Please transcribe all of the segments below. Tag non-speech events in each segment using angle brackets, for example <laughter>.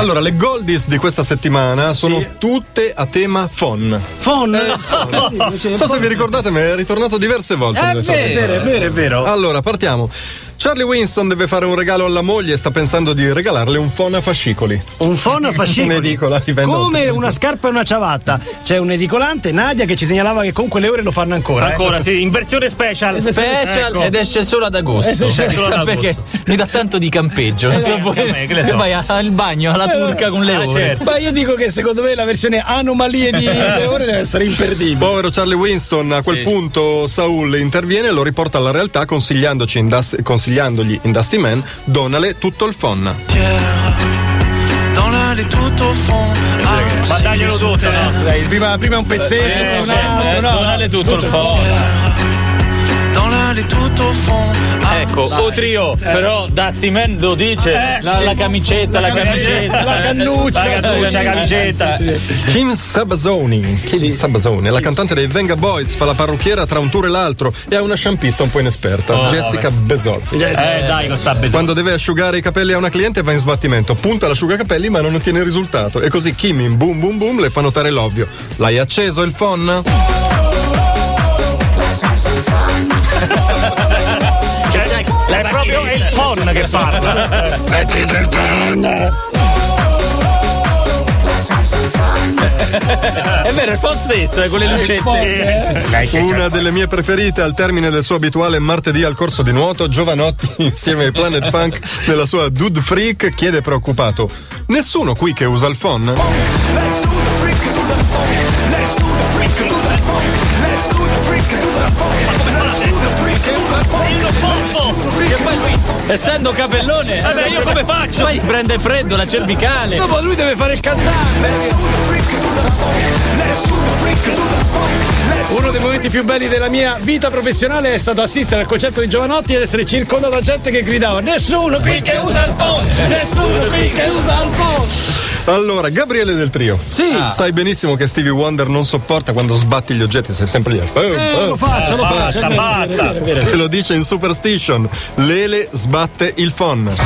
Allora, le goldies di questa settimana sono Sì. tutte a tema fon. Fon. Non so se vi ricordate, ma è ritornato diverse volte. È nelle fon. È vero, è vero, è vero. Allora, partiamo. Charlie Winston deve fare un regalo alla moglie e sta pensando di regalarle un fon a fascicoli. Un fon a fascicoli. Un'edicola, li vendo. Come una scarpa e una ciabatta. C'è un edicolante, Nadia, che ci segnalava che con quelle ore lo fanno ancora. eh. Ancora, sì, in versione Ecco. special. Special Ecco. ed esce solo ad agosto. Esce solo ad agosto. Perché mi dà tanto di campeggio. Non so eh, voi- insomma, che le so. vai a- al bagno alla turca con le ah, ore. certo. Ma io dico che secondo me la versione anomalie di Le ore deve essere imperdibile. Povero Charlie Winston, a quel punto Saul interviene e lo riporta alla realtà consigliandoci in Dust- consigliandogli in Dusty Man, donale tutto il fon. Dans l'allée tout au fond ah, Ma daglielo tutto, no? Dai, prima, prima un pezzetto, Eh, un sì, altro, eh, no, no. donale tutto il fon. Dans l'allée tout au fond ah. Ecco, o trio, però Dusty Man lo dice. Eh, la, sì. Eh, la camicetta, la camicetta. La cannuccia, la Cannuccia, eh, camicetta. Kim Sabazoni, Kim Sabazoni, la cantante dei Venga Boys, fa la parrucchiera tra un tour e l'altro e ha una sciampista un po' inesperta, Oh, Jessica Besorzi. Eh, dai, con sta besogna. Quando deve asciugare i capelli a una cliente va in sbattimento, punta l'asciugacapelli ma non ottiene il risultato. E così Kim in boom boom boom le fa notare l'ovvio. L'hai acceso il phon? È proprio il phon che parla. eh. È vero, è il font stesso, è con le lucette. Una delle mie preferite al termine del suo abituale martedì al corso di nuoto, Giovanotti <laughs> insieme ai Planet Punk nella sua Dude Freak chiede preoccupato. Nessuno qui che usa il phon? Che poi lui, essendo capellone, Cioè, Vabbè, io come faccio? Poi prende freddo la cervicale. Dopo lui deve fare il cantante. Uno dei momenti più belli della mia vita professionale è stato assistere al concerto di Giovanotti ed essere circondato da gente che gridava Nessuno qui che usa il phone! Nessuno qui che usa il phone! Allora, Gabriele del Trio. Sì. Ah. Sai benissimo che Stevie Wonder non sopporta quando sbatti gli oggetti, sei sempre lì. Eh, eh. Lo faccio, lo faccio. Basta, basta. Te lo dice in Superstition. Lele sbatte il phon.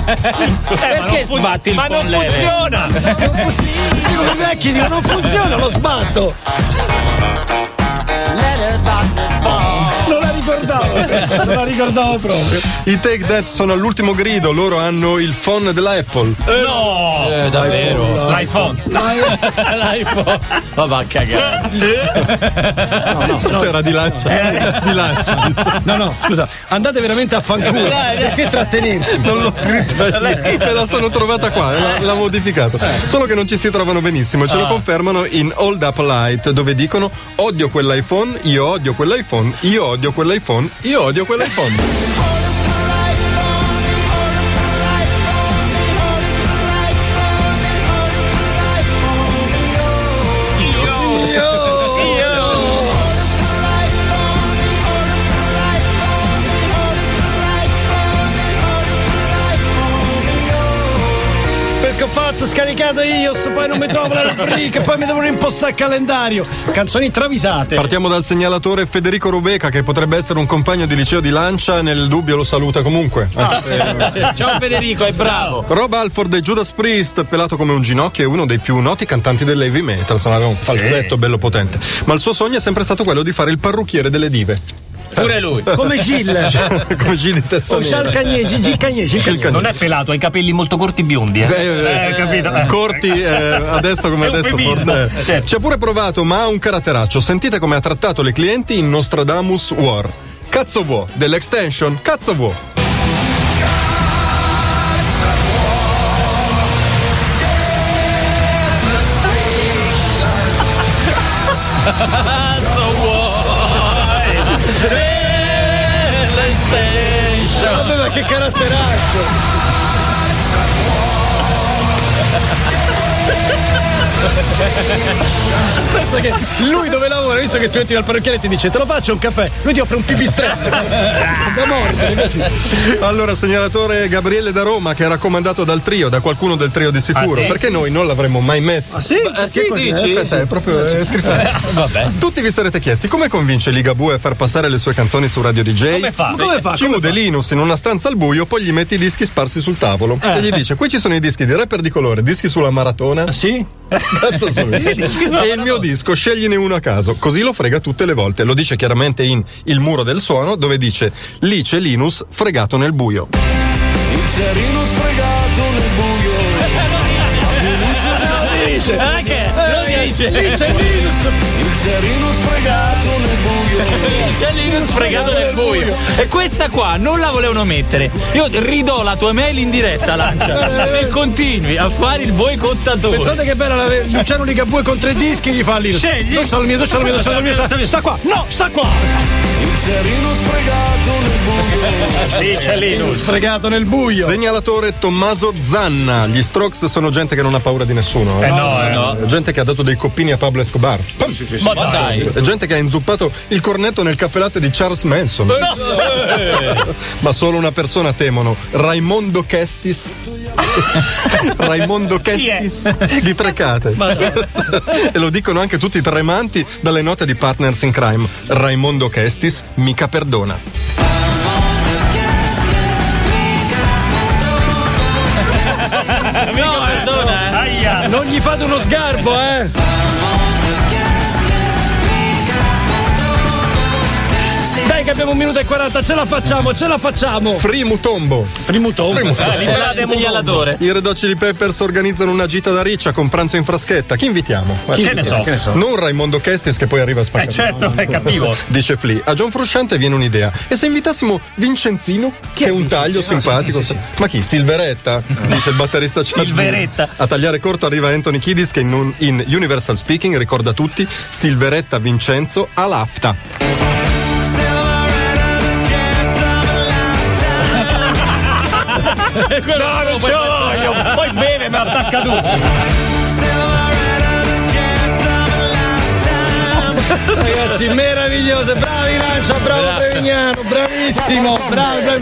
Perché sbatti il Ma non phon, Lele? funziona! Come i vecchi dico, non funziona, lo sbatto. Non la ricordavo, non la ricordavo proprio. I Take That sono all'ultimo grido, loro hanno il phon dell'Apple. No! Eh, davvero. L'iPhone. L'iPhone. Ma va a <laughs> cagare. non so se era di lancia. Eh. di cioè, <laughs> lancia. No, no, scusa, andate veramente a fanculo. Dai, dai. Perché trattenerci? Non l'ho scritta io, me la sono trovata qua, l'ha, l'ha modificato. Eh. Solo che non ci si trovano benissimo, Ah. ce lo confermano in Old Up Light, dove dicono odio quell'iPhone, io odio quell'iPhone, io odio quell'iPhone, io odio quell'iPhone. Perché ho fatto scaricato io, poi non mi trovo la rubrica, poi mi devo rimpostare il calendario. Canzoni travisate. Partiamo dal segnalatore Federico Rubeca, che potrebbe essere un compagno di liceo di Lancia, nel dubbio lo saluta comunque. Ah. Ciao Federico, è bravo. Rob Alford e Judas Priest, pelato come un ginocchio, è uno dei più noti cantanti dell'heavy metal, se aveva un falsetto bello potente. Ma il suo sogno è sempre stato quello di fare il parrucchiere delle dive. Pure lui. Eh, Come Gil. <laughs> come Gil di testa O Gil nera. Cagnè, Gil Cagnè, Gil Cagnè. Non è pelato, ha i capelli molto corti biondi, eh. Eh, capito? Eh. Corti eh, adesso come È un adesso eufemismo, forse. certo. Ci ha pure provato, ma ha un caratteraccio. Sentite come ha trattato le clienti in Nostradamus War. Cazzo vuo, dell'extension, cazzo vuo. eh, Vabbè, <laughs> ma che caratteraccio! Pensa che lui dove lavora, visto che tu entri al parrucchiere e ti dice te lo faccio un caffè, lui ti offre un pipistrello da mordere così. Allora, segnalatore Gabriele da Roma, che era comandato dal trio, da qualcuno del trio di sicuro, Ah, sì? perché noi non l'avremmo mai messo. Ah, Sì, Eh, sì, dici? Eh, sì, è proprio eh, scritto. Tutti vi sarete chiesti come convince Ligabue a far passare le sue canzoni su Radio DJ? Come fa? Come fa? Come Chiude Linus in una stanza al buio, poi gli mette i dischi sparsi sul tavolo e gli dice: Qui ci sono i dischi di rapper di colore, dischi sulla maratona. <laughs> Ah, Sì? Cazzo sono i dischi E il mio disco, scegliene uno a caso. Così lo frega tutte le volte. Lo dice chiaramente in Il muro del suono, dove dice: Lì c'è Linus fregato nel buio. Il cerino sfregato nel buio. Anche, lo dice. Lì c'è il virus, Il cerino sfregato nel buio. C'è Linus fregato nel buio. E questa qua non la volevano mettere. Io ridò la tua mail in diretta, <laughs> Lancia. Se continui a fare il boicottatore. Pensate che bella la- Luciano Ligabue con tre dischi gli fa lì. scegli. Non sono il mio, non sono il mio, non sono il mio, sta- sta qua. No, sta qua. Il cerino sfregato nel buio. Sì, c'è Linus. Sfregato nel buio. Segnalatore Tommaso Zanna. Gli Strokes sono gente che non ha paura di nessuno. eh. No, no. Eh, Gente che ha dato dei coppini a Pablo Escobar. Pam! Ma dai. Eh, Gente che ha inzuppato il cornetto nel caffè latte di Charles Manson. <laughs> Ma solo una persona temono, Raimondo <laughs> Kestis. Raimondo Kestis di Trecate. <laughs> e lo dicono anche tutti tremanti dalle note di Partners in Crime. Raimondo Kestis mica perdona. No, perdona. eh. Aia. Non gli fate uno sgarbo, eh. Dai che abbiamo un minuto e 40, ce la facciamo, ce la facciamo. Frimutombo. Eh, Frimutombo. Frimutombo. Liberate segnalatore. I Red Hot Chili Peppers organizzano una gita da riccia con pranzo in fraschetta. Chi invitiamo? Eh, Che ne so. Non Raimondo Kestis che poi arriva a spaccare. Eh, certo, è cattivo. Dice Flea, a John Frusciante viene un'idea. E se invitassimo Vincenzino, che è un taglio simpatico. Ma chi? Silveretta? Eh. Dice il batterista Ciazzino. Silveretta. A tagliare corto arriva Anthony Kiddis che in, un- in Universal Speaking ricorda tutti Silveretta Vincenzo all'afta. No, non ce lo voglio. Poi beve, mi attacca tu. Ragazzi, meravigliose, bravi Lancia, bravo Prevignano, bravissimo, bravo, bravo. bravo.